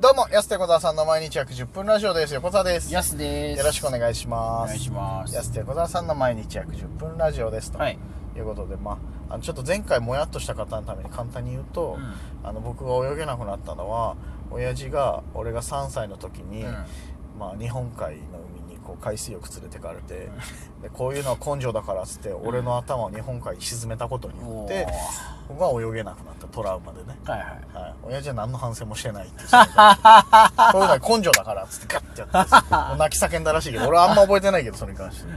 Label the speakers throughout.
Speaker 1: どうも、安手小沢さんの毎日約10分ラジオです。横澤です。よ
Speaker 2: やすです。
Speaker 1: ろしくお
Speaker 2: お
Speaker 1: 願いします。
Speaker 2: 願いします。
Speaker 1: 安手小沢さんの毎日約10分ラジオです。と
Speaker 2: はい。
Speaker 1: いうことで、まあ、あのちょっと前回もやっとした方のために簡単に言うと、
Speaker 2: うん
Speaker 1: あの僕が泳げなくなったのは、親父が、俺が3歳の時に、
Speaker 2: うん
Speaker 1: まあ、日本海の海にこう海水浴連れてかれて、でこういうのは根性だからっつって、俺の頭を日本海に沈めたことによ
Speaker 2: お
Speaker 1: っ
Speaker 2: ー
Speaker 1: て、僕は泳げなくなったトラウマでね。
Speaker 2: はいはい。
Speaker 1: はい、親父は何の反省もしてないっていうそういうのは根性だからっつってガッてやってもう泣き叫んだらしいけど俺はあんま覚えてないけどそれに関して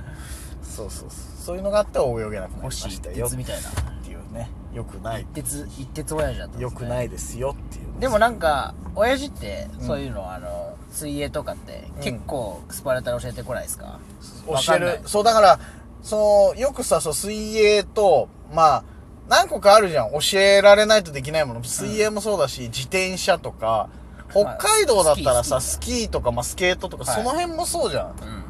Speaker 1: そうそうそうそういうのがあって泳げなくなりま
Speaker 2: 星
Speaker 1: し
Speaker 2: 一
Speaker 1: たよっ
Speaker 2: 徹みたいな。
Speaker 1: ていうねよくない
Speaker 2: 一徹、一徹親父だったんですね
Speaker 1: よくないですよっていう
Speaker 2: でもなんか、親父って、
Speaker 1: うん
Speaker 2: そういうの、あの、水泳とかって
Speaker 1: うん、
Speaker 2: 結構、スパルタで教えてこないですか
Speaker 1: 教
Speaker 2: わ
Speaker 1: え
Speaker 2: かんない
Speaker 1: るそうだからそのよくさそう水泳とまあ何個かあるじゃん教えられないとできないもの水泳もそうだし、自転車とか北海道だったらさ、
Speaker 2: まあ
Speaker 1: ス
Speaker 2: ス
Speaker 1: キーとか、まあ、スケートとか、
Speaker 2: は
Speaker 1: そ
Speaker 2: い
Speaker 1: の辺もそうじゃん
Speaker 2: うん。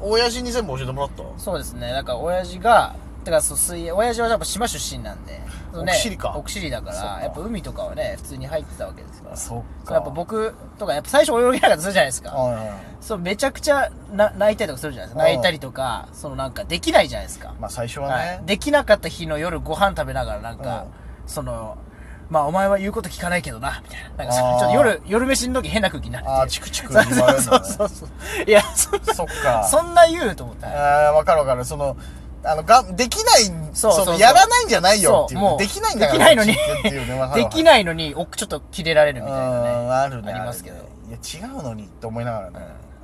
Speaker 1: 親父に全部教えてもらった
Speaker 2: そうですね。なんか、親父が、てか、そう、水泳、親父はやっぱ島出身なんで、そうね
Speaker 1: 奥尻か
Speaker 2: 奥尻だか、
Speaker 1: そっから
Speaker 2: やっぱ海とかはね、普通に入ってたわけですから。
Speaker 1: そっか
Speaker 2: れやっぱ僕とか、やっぱ最初泳げなかったりするじゃないですか。
Speaker 1: う
Speaker 2: そうめちゃくちゃな泣いたりとかするじゃないですか
Speaker 1: うん
Speaker 2: 泣いたりとかそのなんかできないじゃないですか、
Speaker 1: んまあ最初はね、
Speaker 2: はい、できなかった日の夜ご飯食べながらなんか、そのまあお前は言うこと聞かないけどなみたいななんかそ
Speaker 1: あー
Speaker 2: ちょっと夜夜飯の時変な空気になる
Speaker 1: ああチクチク
Speaker 2: そう
Speaker 1: 言われるの
Speaker 2: そう
Speaker 1: ね
Speaker 2: そうそういやそんな
Speaker 1: そっか
Speaker 2: そんな言うと思って、はい
Speaker 1: あーわかるわかるそのあのができない
Speaker 2: そうそうそう
Speaker 1: のやらないんじゃないよっていう
Speaker 2: そも
Speaker 1: できないんだから
Speaker 2: できないのに
Speaker 1: っていうねわかる
Speaker 2: で
Speaker 1: わかる
Speaker 2: きないのにおちょっとキレられるみたいなね
Speaker 1: うんあるね
Speaker 2: ありますけど
Speaker 1: あるねいや違うのにって思いながらね、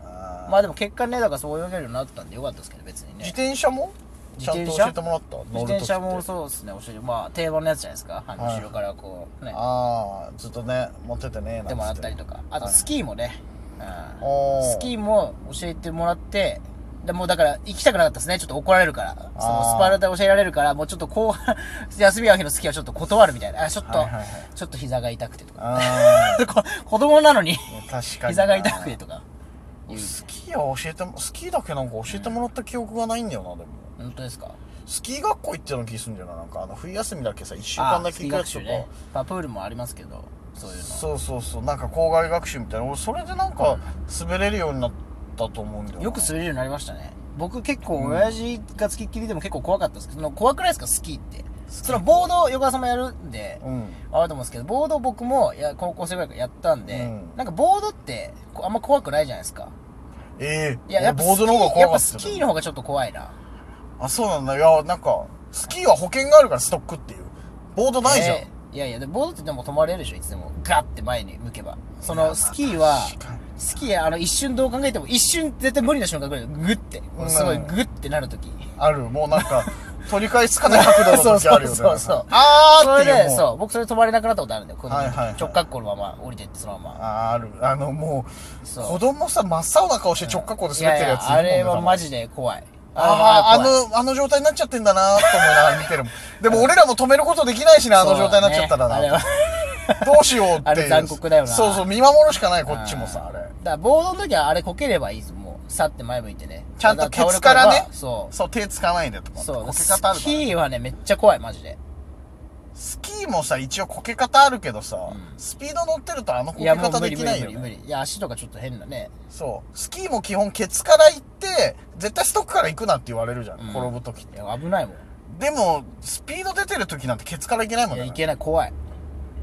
Speaker 1: あー
Speaker 2: まあでも結果ねだからそう泳げるようになったんでよかったですけど別に
Speaker 1: 自
Speaker 2: ね
Speaker 1: 転車もちゃんと
Speaker 2: 自転
Speaker 1: 教
Speaker 2: 車
Speaker 1: えてもらった
Speaker 2: 自転車も
Speaker 1: う
Speaker 2: そうですね教えてまあ定番のやつじゃないですかあの
Speaker 1: はい
Speaker 2: 後ろからこうね
Speaker 1: ああずっとね持っててねなんつ
Speaker 2: でもらったりとかあと
Speaker 1: はい
Speaker 2: スキーもね、
Speaker 1: お
Speaker 2: う
Speaker 1: ー
Speaker 2: ん、スキーも教えてもらってでもうだから行きたくなかったですねちょっと怒られるからそ
Speaker 1: あ
Speaker 2: の
Speaker 1: ー
Speaker 2: スパルタ教えられるからもうちょっとこう 休みの日のスキーはちょっと断るみたいなあちょっと、
Speaker 1: はいはいはい
Speaker 2: ちょっと膝が痛くてとか
Speaker 1: あ
Speaker 2: こ子供な のに
Speaker 1: あ確かにな
Speaker 2: 膝が痛くてとか言う
Speaker 1: スキーは教えてもスキーだけなんか教えてもらった記憶がないんだよなでも
Speaker 2: 本当ですか
Speaker 1: スキー学校行ってたの気すんだよななんかあの冬休みだけさ1週間だけ行くやつとか、
Speaker 2: ね、まあ、プールもありますけどそういうの
Speaker 1: そうそうそうなんか校外学習みたいな俺それでなんか滑れるようになったと思うんだよな
Speaker 2: よく滑れるようになりましたね僕結構親父が付きっきりでも結構怖かったですけど、その怖くないですかスキーってそのボードを横川さんもやるんで、
Speaker 1: うん
Speaker 2: あると思うんですけどボード僕もいや高校生ぐらいからやったんで、
Speaker 1: うん
Speaker 2: なんかボードってこうあんま怖くないじゃないですか
Speaker 1: ええ
Speaker 2: いややっぱ
Speaker 1: ボードの方が怖かった
Speaker 2: スキーやっぱスキーの方がちょっと怖いな
Speaker 1: あそうなんだいやなんかスキーは保険があるからストックっていうボードないじゃん、
Speaker 2: えーいやいやでボードってでも止まれるでしょいつでもガッて前に向けばそのスキーは
Speaker 1: 確かに
Speaker 2: スキーあの一瞬どう考えても一瞬絶対無理な瞬間ぐらいでグッて
Speaker 1: うん
Speaker 2: すごいグッてなるとき、
Speaker 1: あるもうなんか取り返しつかない角度の時あるよね
Speaker 2: そうそうそう
Speaker 1: あ
Speaker 2: そ
Speaker 1: ー
Speaker 2: れ
Speaker 1: っていう
Speaker 2: で
Speaker 1: もう
Speaker 2: そう僕それ止まれなくなったことあるんだよ子供の時
Speaker 1: はいはいはい
Speaker 2: 直角行のまま降りてってそのま
Speaker 1: あ
Speaker 2: ま
Speaker 1: ーあるあのもう
Speaker 2: そう
Speaker 1: 子供さ真っ青な顔して直角行で滑ってるやつ
Speaker 2: いやいやあれはマ
Speaker 1: ジ
Speaker 2: ジで怖い
Speaker 1: あ
Speaker 2: れは怖い
Speaker 1: あのあの状態になっちゃってんだなと思いながら見てるもん でも俺らも止めることできないしなあの状態になっちゃったら
Speaker 2: そうだねあれは
Speaker 1: などうしようっていう
Speaker 2: あれ残酷だよな
Speaker 1: そうそう見守るしかないこっちもさあれ
Speaker 2: だからボードの時はあれこければいいですもうさって前向いてね
Speaker 1: ちゃんと
Speaker 2: だら
Speaker 1: ケツからね
Speaker 2: 倒れ込めばそ
Speaker 1: そう手つかないでと
Speaker 2: う
Speaker 1: か
Speaker 2: そ
Speaker 1: こ
Speaker 2: う
Speaker 1: け
Speaker 2: ス
Speaker 1: 方あるから
Speaker 2: キーはねめっちゃ怖いマジで
Speaker 1: スキーもさ一応こけ方あるけどさ、
Speaker 2: ん
Speaker 1: スピード乗ってるとあのこ
Speaker 2: い
Speaker 1: け
Speaker 2: やも
Speaker 1: 方
Speaker 2: う無
Speaker 1: で
Speaker 2: 理
Speaker 1: き
Speaker 2: 無
Speaker 1: な
Speaker 2: 理
Speaker 1: いよ
Speaker 2: 無理
Speaker 1: ね
Speaker 2: 無理いや足とかちょっと変なね
Speaker 1: そうスキーも基本ケツから行って絶対ストックから行くなって言われるじゃん、
Speaker 2: うん
Speaker 1: 転ぶ時っ
Speaker 2: い
Speaker 1: て
Speaker 2: や危ないもん
Speaker 1: でもスピード出てる時なんてケツから行けないもん
Speaker 2: いや
Speaker 1: ね
Speaker 2: いけない怖い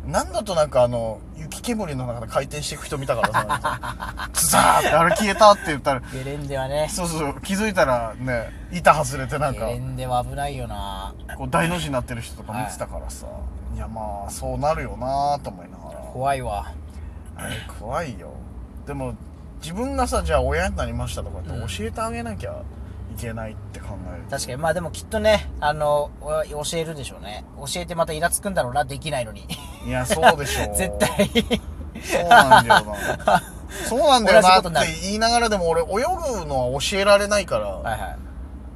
Speaker 1: 何度となんかあの雪煙の中で回転していく人見たからさなんか ズザーってあれ消えたって言ったら
Speaker 2: ゲレンデはね
Speaker 1: そうそう気づいたらね板外れてなん
Speaker 2: ゲ
Speaker 1: か
Speaker 2: レンデは危ないよな
Speaker 1: こう大の字になってる人とか見てたからさ、い、やまあそうなるよなと思いながら
Speaker 2: 怖いわ
Speaker 1: あれ怖いよでも自分がさじゃあ親になりましたとかって
Speaker 2: うん
Speaker 1: 教えてあげなきゃいけないって考えると
Speaker 2: 確かにまあでもきっとねあのお教えるでしょうね教えてまたイラつくんだろうなできないのに
Speaker 1: いやそうでしょう
Speaker 2: 絶対
Speaker 1: そうなんだよなそうなんだよ
Speaker 2: 同
Speaker 1: な
Speaker 2: じことにな
Speaker 1: っ
Speaker 2: る
Speaker 1: て言いながらでも俺泳ぐのは教えられないから、
Speaker 2: はいはい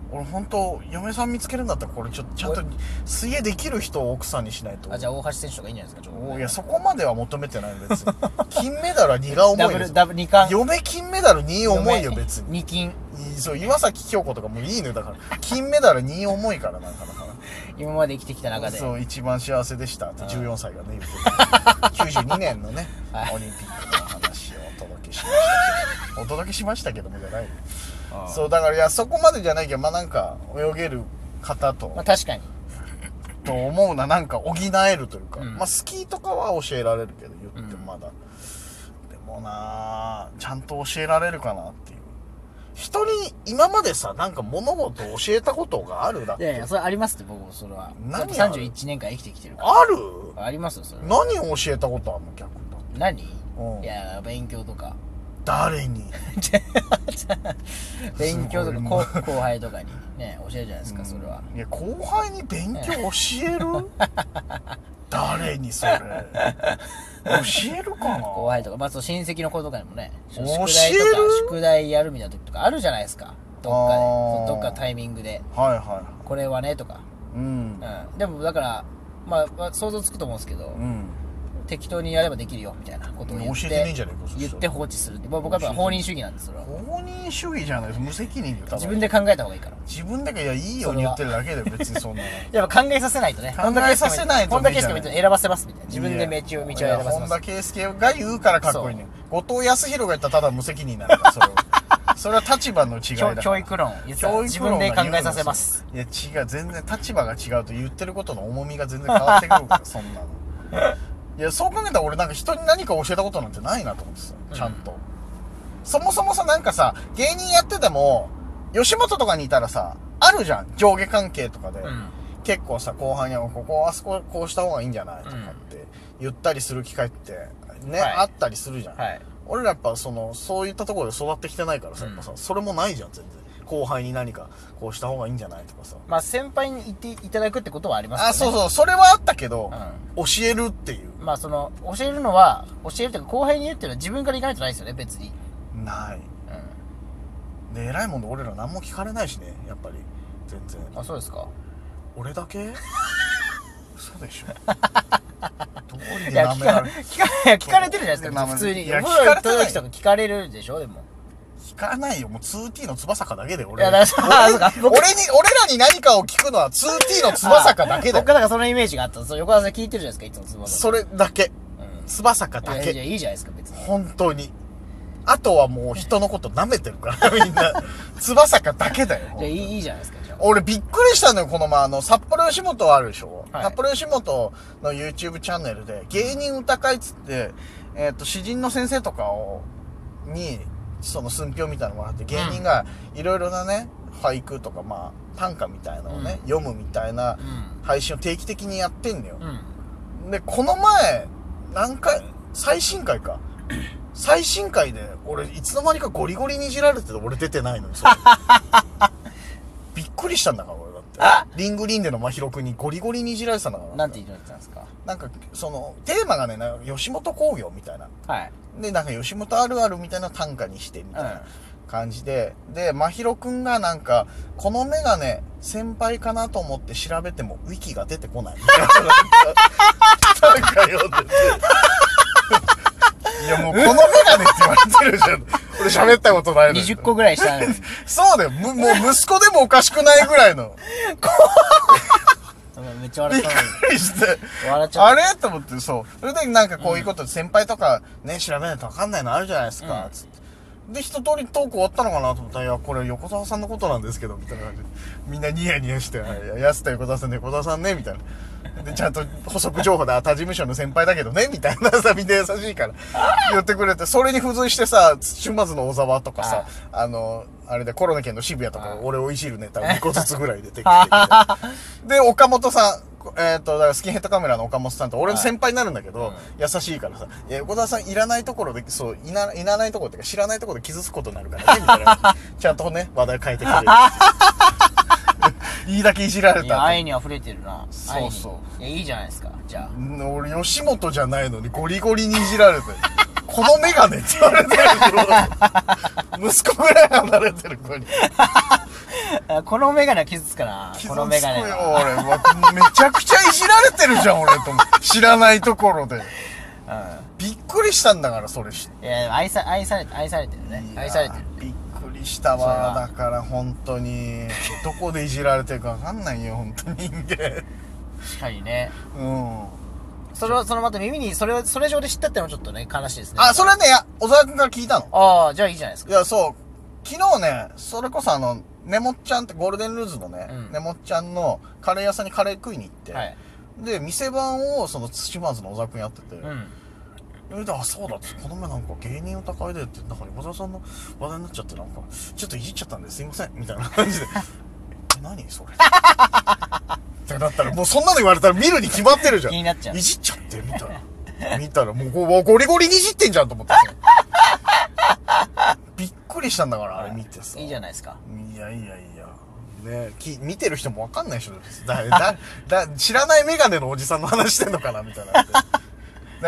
Speaker 1: 俺本当嫁さん見つけるんだったらこれちょっとちゃんと水泳できる人を奥さんにしないと
Speaker 2: あじゃあ大橋選手とかいいんじゃないですかちょっと
Speaker 1: おいやそこまでは求めてない別 に金メダルは荷が重
Speaker 2: ダ
Speaker 1: い
Speaker 2: ブ
Speaker 1: で
Speaker 2: ル
Speaker 1: す
Speaker 2: ダブル2冠
Speaker 1: 嫁金メダル2重いよ別に
Speaker 2: 2金
Speaker 1: いいそう岩崎京子とかもいいねだから金メダル2重いからなんかだか
Speaker 2: 今まで生きてきた中
Speaker 1: ら
Speaker 2: で
Speaker 1: そう一番幸せでしたって
Speaker 2: うん
Speaker 1: 14歳がね言ってた92年のね、
Speaker 2: は
Speaker 1: オリンピックの話お届けしましたけどもじゃないよ
Speaker 2: あ
Speaker 1: そうだからいやそこまでじゃないけどまあなんか泳げる方と、
Speaker 2: まあ確かに。
Speaker 1: と思うななんか補えるというか、
Speaker 2: うん
Speaker 1: まあスキーとかは教えられるけど言って
Speaker 2: うん
Speaker 1: もまだ、でもなあちゃんと教えられるかなっていう人に今までさなんか物事を教えたことがあるだっ
Speaker 2: い
Speaker 1: て
Speaker 2: やいや、それありますって僕、それは。
Speaker 1: 何
Speaker 2: だって31年間生きてきてるか
Speaker 1: ある
Speaker 2: ら。ありますよ、それは。
Speaker 1: 何を教えたことあるの逆に
Speaker 2: 何い
Speaker 1: うん
Speaker 2: や、勉強とか。
Speaker 1: 誰に
Speaker 2: 勉強とか
Speaker 1: す
Speaker 2: 後
Speaker 1: ごい
Speaker 2: 後輩とかにね教えるじゃないですかそれは、
Speaker 1: いや後輩に勉強教える 誰にそれ教えるかな
Speaker 2: 後輩とかまあその親戚の子とかにもね
Speaker 1: 教え
Speaker 2: 宿
Speaker 1: る
Speaker 2: 題とか宿題やるみたいな時とかあるじゃないですかどっか
Speaker 1: あ
Speaker 2: で
Speaker 1: ー
Speaker 2: そのどっかのタイミングで
Speaker 1: はいはいは
Speaker 2: これはねとか、
Speaker 1: いうん
Speaker 2: うん、でもだからまあまあ想像つくと思うんですけど、
Speaker 1: うん
Speaker 2: 適当にやればできるよみたいなことを言って
Speaker 1: 教えてねえんじゃねえかそしたら
Speaker 2: 言って放置するってまあ僕はやっぱ放任主義なんですそれは
Speaker 1: 公認主義じゃないです無責任で
Speaker 2: 自分で考えた方がいいから
Speaker 1: 自分だけいやいいように言ってるだけで別にそんなの
Speaker 2: やっぱ考えさせないとね
Speaker 1: 考えさせないと
Speaker 2: 本田圭佑みたいな選ばせますみたいな 自分で
Speaker 1: い
Speaker 2: 道
Speaker 1: や
Speaker 2: を道を選ばせま
Speaker 1: 本
Speaker 2: す
Speaker 1: 田圭佑が言うからかっこいいね後藤康弘が言ったらただ無責任なんだからそれはそれは立場の違いだか
Speaker 2: 教
Speaker 1: ら
Speaker 2: 教育論言ってた
Speaker 1: 教
Speaker 2: 自
Speaker 1: 育論
Speaker 2: 分
Speaker 1: が
Speaker 2: で
Speaker 1: 言う
Speaker 2: 考
Speaker 1: の
Speaker 2: えさせます
Speaker 1: いや違う全然立場が違うと言ってることの重みが全然変わってく るからそんなのいやそう考えたら俺なんか人に何か教えたことなんてないなと思ってさちゃんと、そもそもさなんかさ芸人やってても吉本とかにいたらさあるじゃん上下関係とかで、
Speaker 2: うん
Speaker 1: 結構さ後半にはここあそここうした方がいいんじゃないとかって言ったりする機会ってね、
Speaker 2: はい
Speaker 1: あったりするじゃん、
Speaker 2: はい
Speaker 1: 俺らやっぱそのそういったところで育ってきてないからさ、
Speaker 2: うん
Speaker 1: やっぱさそれもないじゃん全然後輩に何かこうした方がいいんじゃないとかさ、
Speaker 2: まあ先輩に言っていただくってことはあります
Speaker 1: あそう
Speaker 2: う
Speaker 1: そうそれはあったけど、
Speaker 2: う
Speaker 1: 教えるっていうん
Speaker 2: まあその教えるのは教えるというか後輩に言うっていうのは自分から行かないとないですよね別に
Speaker 1: ないで偉いもんで俺ら何も聞かれないしねやっぱり全然
Speaker 2: うんあそうですか
Speaker 1: 俺だけ嘘でしょ どうり
Speaker 2: い
Speaker 1: で
Speaker 2: や
Speaker 1: 舐
Speaker 2: 聞
Speaker 1: め
Speaker 2: かられ
Speaker 1: れ
Speaker 2: 聞かいや聞かれてるじゃないです
Speaker 1: ま
Speaker 2: か
Speaker 1: あ
Speaker 2: 普通に
Speaker 1: いや
Speaker 2: お風呂行った
Speaker 1: 聞かれてない
Speaker 2: 時とか聞かれるでしょでも
Speaker 1: 聞かないよもう 2T の翼かだけで
Speaker 2: い
Speaker 1: 俺
Speaker 2: やだからあそうか
Speaker 1: 俺
Speaker 2: 僕
Speaker 1: に俺らに何かを聞くのは 2T の翼かだけだ
Speaker 2: 僕
Speaker 1: よ
Speaker 2: だからそのイメージがあったその横田さん聞いてるじゃないですかいつも翼
Speaker 1: それだけ
Speaker 2: うん
Speaker 1: 翼かだ
Speaker 2: いやいや
Speaker 1: け
Speaker 2: いいじゃないですか別に
Speaker 1: 本当にあとはもう人のこと舐めてる からみんな翼かだけだよ
Speaker 2: じゃあいいいいじゃないですかじゃあ
Speaker 1: 俺びっくりしたのよ、この前、あの、札幌吉本あるでしょ、
Speaker 2: はい
Speaker 1: 札幌吉本の YouTube チャンネルで、芸人歌会っつって、えっ、と、詩人の先生とかを、に、その寸評みたいなのもらって、芸人がいろいろなね、俳句とか、まあ、短歌みたいなのをね、読むみたいな
Speaker 2: うん
Speaker 1: 配信を定期的にやってんのよ。
Speaker 2: うん
Speaker 1: で、この前、何回、最新回か。最新回で、俺、いつの間にかゴリゴリにいじられてて、俺出てないのに、それびっくりしたんだから、俺だって。リングリンデの真宙くんにゴリゴリにいじられてたんだから。
Speaker 2: なんて言ってたんですか
Speaker 1: なんか、その、テーマがね、なんか吉本興業みたいな。
Speaker 2: はい
Speaker 1: で、なんか吉本あるあるみたいな短歌にして、みたいな感じで。で、真宙くんがなんか、このメガネ、先輩かなと思って調べても、ウィキが出てこないみたいな。短歌読んでて。いやもうこのメガネって言われてるじゃん。俺喋ったことないのよ。
Speaker 2: 20個ぐら いしたのに
Speaker 1: そうだよ。むもう息子でもおかしくないぐらいの。
Speaker 2: めっちゃ笑
Speaker 1: び
Speaker 2: っ
Speaker 1: った
Speaker 2: のに
Speaker 1: くりして。
Speaker 2: 笑っちゃ
Speaker 1: あ
Speaker 2: っ
Speaker 1: れと思って、そう。それでなんかこういうこと、先輩とかね、調べないとわかんないのあるじゃないですか、
Speaker 2: うん
Speaker 1: つって。で、一通りトーク終わったのかなと思ったら、いや、これ横澤さんのことなんですけど、みたいな感じで。みんなニヤニヤして、あいや安田横澤さんね、横澤さんね、みたいな。で、ちゃんと補足情報で、あ、他事務所の先輩だけどね、みたいなさ、みんな優しいから、言ってくれて、それに付随してさ、土まずの小沢とかさ、あの、あれでコロナ県の渋谷とか
Speaker 2: ああ、
Speaker 1: 俺をいじるネタ2個ずつぐらい 出てきてみたいな。で、岡本さん、こえっ、と、だからスキンヘッドカメラの岡本さんと俺の先輩になるんだけど、
Speaker 2: はい
Speaker 1: 優しいからさ、いや、横田さんいらないところで、そう、いな、いらないところっていうか知らないところで傷つくことになるからね、みたいな。 ちゃんとね、話題変えてくれる。 言いだけいじら
Speaker 2: た
Speaker 1: れ
Speaker 2: いや
Speaker 1: た。
Speaker 2: 愛に溢れてるな
Speaker 1: そうそう
Speaker 2: 愛にいやいいじゃないですかじゃ
Speaker 1: うん俺、吉本じゃないのにゴリゴリにいじられてる。このメガネって言われてるよ息子ぐらい離れてる子に。
Speaker 2: ああ このメガネは傷つくなこのメガネ
Speaker 1: 傷つくよ、
Speaker 2: は
Speaker 1: 俺。わめちゃくちゃいじられてるじゃん、俺と思って。知らないところで。びっくりしたんだから、それ知って。
Speaker 2: うんいやでも愛さ愛されて愛されてるね
Speaker 1: いや
Speaker 2: 愛されてる
Speaker 1: びっくりしたわだから本当にどこでいじられてるか分かんないよ本当人間
Speaker 2: 確かにね
Speaker 1: うん
Speaker 2: それは、そのまた耳に、それを、それ上で知ったってのはちょっとね、悲しいですね。
Speaker 1: あ、それね、いや、小沢くんから聞いたの。
Speaker 2: ああ、じゃあいいじゃないです
Speaker 1: い
Speaker 2: か。
Speaker 1: や、そう、昨日ね、それこそあの、ねもっちゃんって、ゴールデンルーズのね、
Speaker 2: うん
Speaker 1: ねもっちゃんのカレー屋さんにカレー食いに行って、
Speaker 2: はい。
Speaker 1: で、店番をその土まんずの小沢くんやってて、
Speaker 2: うん。
Speaker 1: えであそうだってこの前なんか芸人歌会でってなんか横澤さんの話題になっちゃってなんかちょっといじっちゃったんですいませんみたいな感じで え何それってなったらもうそんなの言われたら見るに決まってるじゃん
Speaker 2: 気になっちゃう
Speaker 1: いじっちゃってみたいな見たらもうゴゴリゴリにいじってんじゃんと思ってさびっくりしたんだからあれ見てさ
Speaker 2: いいじゃないですか。
Speaker 1: いやいやいや。ねき見てる人もわかんないでしょ。だ、だ、 だ、知らないメガネのおじさんの話してんのかなみたいな。だ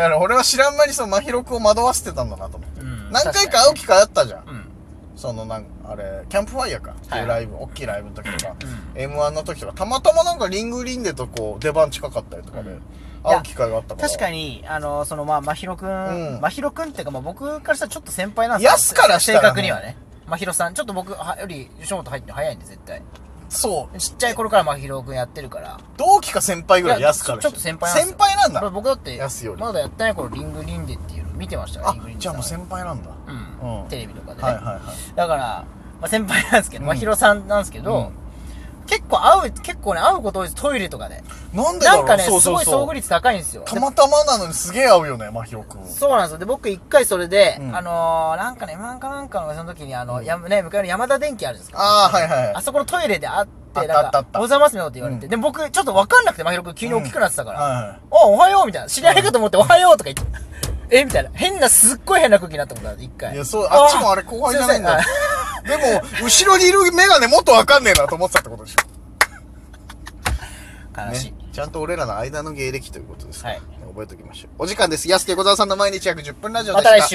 Speaker 1: から俺は知らん間にその真宙くんを惑わせてたんだなと思って。
Speaker 2: うん
Speaker 1: 何回か会う機会あったじゃん。
Speaker 2: うん。
Speaker 1: そのなんあれ、キャンプファイヤーかっていうライブ、大きいライブの時とか、
Speaker 2: う
Speaker 1: M1 の時とか、たまたまなんかリングリンデとこう出番近かったりとかで、
Speaker 2: うん
Speaker 1: 会う機会があったから。
Speaker 2: 確かに、あの、その、まあ、まひろく、
Speaker 1: うんん
Speaker 2: まひろくんっていうか、まあ、僕からしたらちょっと先輩なんです
Speaker 1: やすからしたらね
Speaker 2: 正確にはね。まひろさん、ちょっと僕はより、吉本入って早いんで、絶対。
Speaker 1: そう。
Speaker 2: ちっちゃい頃からまひろくんやってるから。
Speaker 1: 同期か先輩ぐらい安から
Speaker 2: いやちょちょっと先輩なん
Speaker 1: なん
Speaker 2: です
Speaker 1: 先
Speaker 2: よ
Speaker 1: 輩なんだ。
Speaker 2: 僕だって
Speaker 1: やすよ、り
Speaker 2: まだやってない頃、リングリンデっていうの見てましたから、
Speaker 1: あ
Speaker 2: リングリン、デ
Speaker 1: じゃ
Speaker 2: さ
Speaker 1: あ
Speaker 2: ん
Speaker 1: もう先輩なんだ。
Speaker 2: うん
Speaker 1: うん
Speaker 2: テレビとかでね。
Speaker 1: はいはいはい。
Speaker 2: だから、まあ、先輩なんですけ
Speaker 1: う
Speaker 2: ど、
Speaker 1: ん
Speaker 2: まひろさんなんですけど、結構会う、結構ね、会うこと多いです、トイレとかで。
Speaker 1: なんでだ
Speaker 2: な
Speaker 1: ろ
Speaker 2: ん
Speaker 1: う
Speaker 2: かね、
Speaker 1: そうそう
Speaker 2: すごい遭
Speaker 1: そ
Speaker 2: 遇
Speaker 1: う。
Speaker 2: 率高いんですよ。
Speaker 1: たまたまなのにすげえ合うよね、まひろくん。
Speaker 2: そうなんですよ。で、僕一回それで、
Speaker 1: うん
Speaker 2: あのー、なんかね、なんかなんかのその時に、あの、やね、向かいの山田電機あるんですか
Speaker 1: ああ、はいはいは
Speaker 2: あ
Speaker 1: い。
Speaker 2: そこのトイレで会っ、
Speaker 1: あってたあ
Speaker 2: なん
Speaker 1: ったあっ、
Speaker 2: かお
Speaker 1: た
Speaker 2: はようございますみたいなこと言われて、
Speaker 1: うん
Speaker 2: で、僕、ちょっとわかんなくて、まひろくん急に大きくなってたから、
Speaker 1: はいはい。
Speaker 2: おおはようみたいな、知り合いかと思って、おはようとか言って、 えみたいな、変な、すっごい変な空気になったことある、一回。
Speaker 1: いや、そう、あっちもあれ後輩じゃないんだよ
Speaker 2: すいません。
Speaker 1: でも、後ろにいるメガネもっとわかんねえなと思ってたってこと でしょ。
Speaker 2: 悲しい。
Speaker 1: ね。ちゃんと俺らの間の芸歴ということですから
Speaker 2: はい
Speaker 1: 覚えておきましょう。お時間です。安手小沢さんの毎日約10分ラジオで
Speaker 2: ま
Speaker 1: した。
Speaker 2: た来週。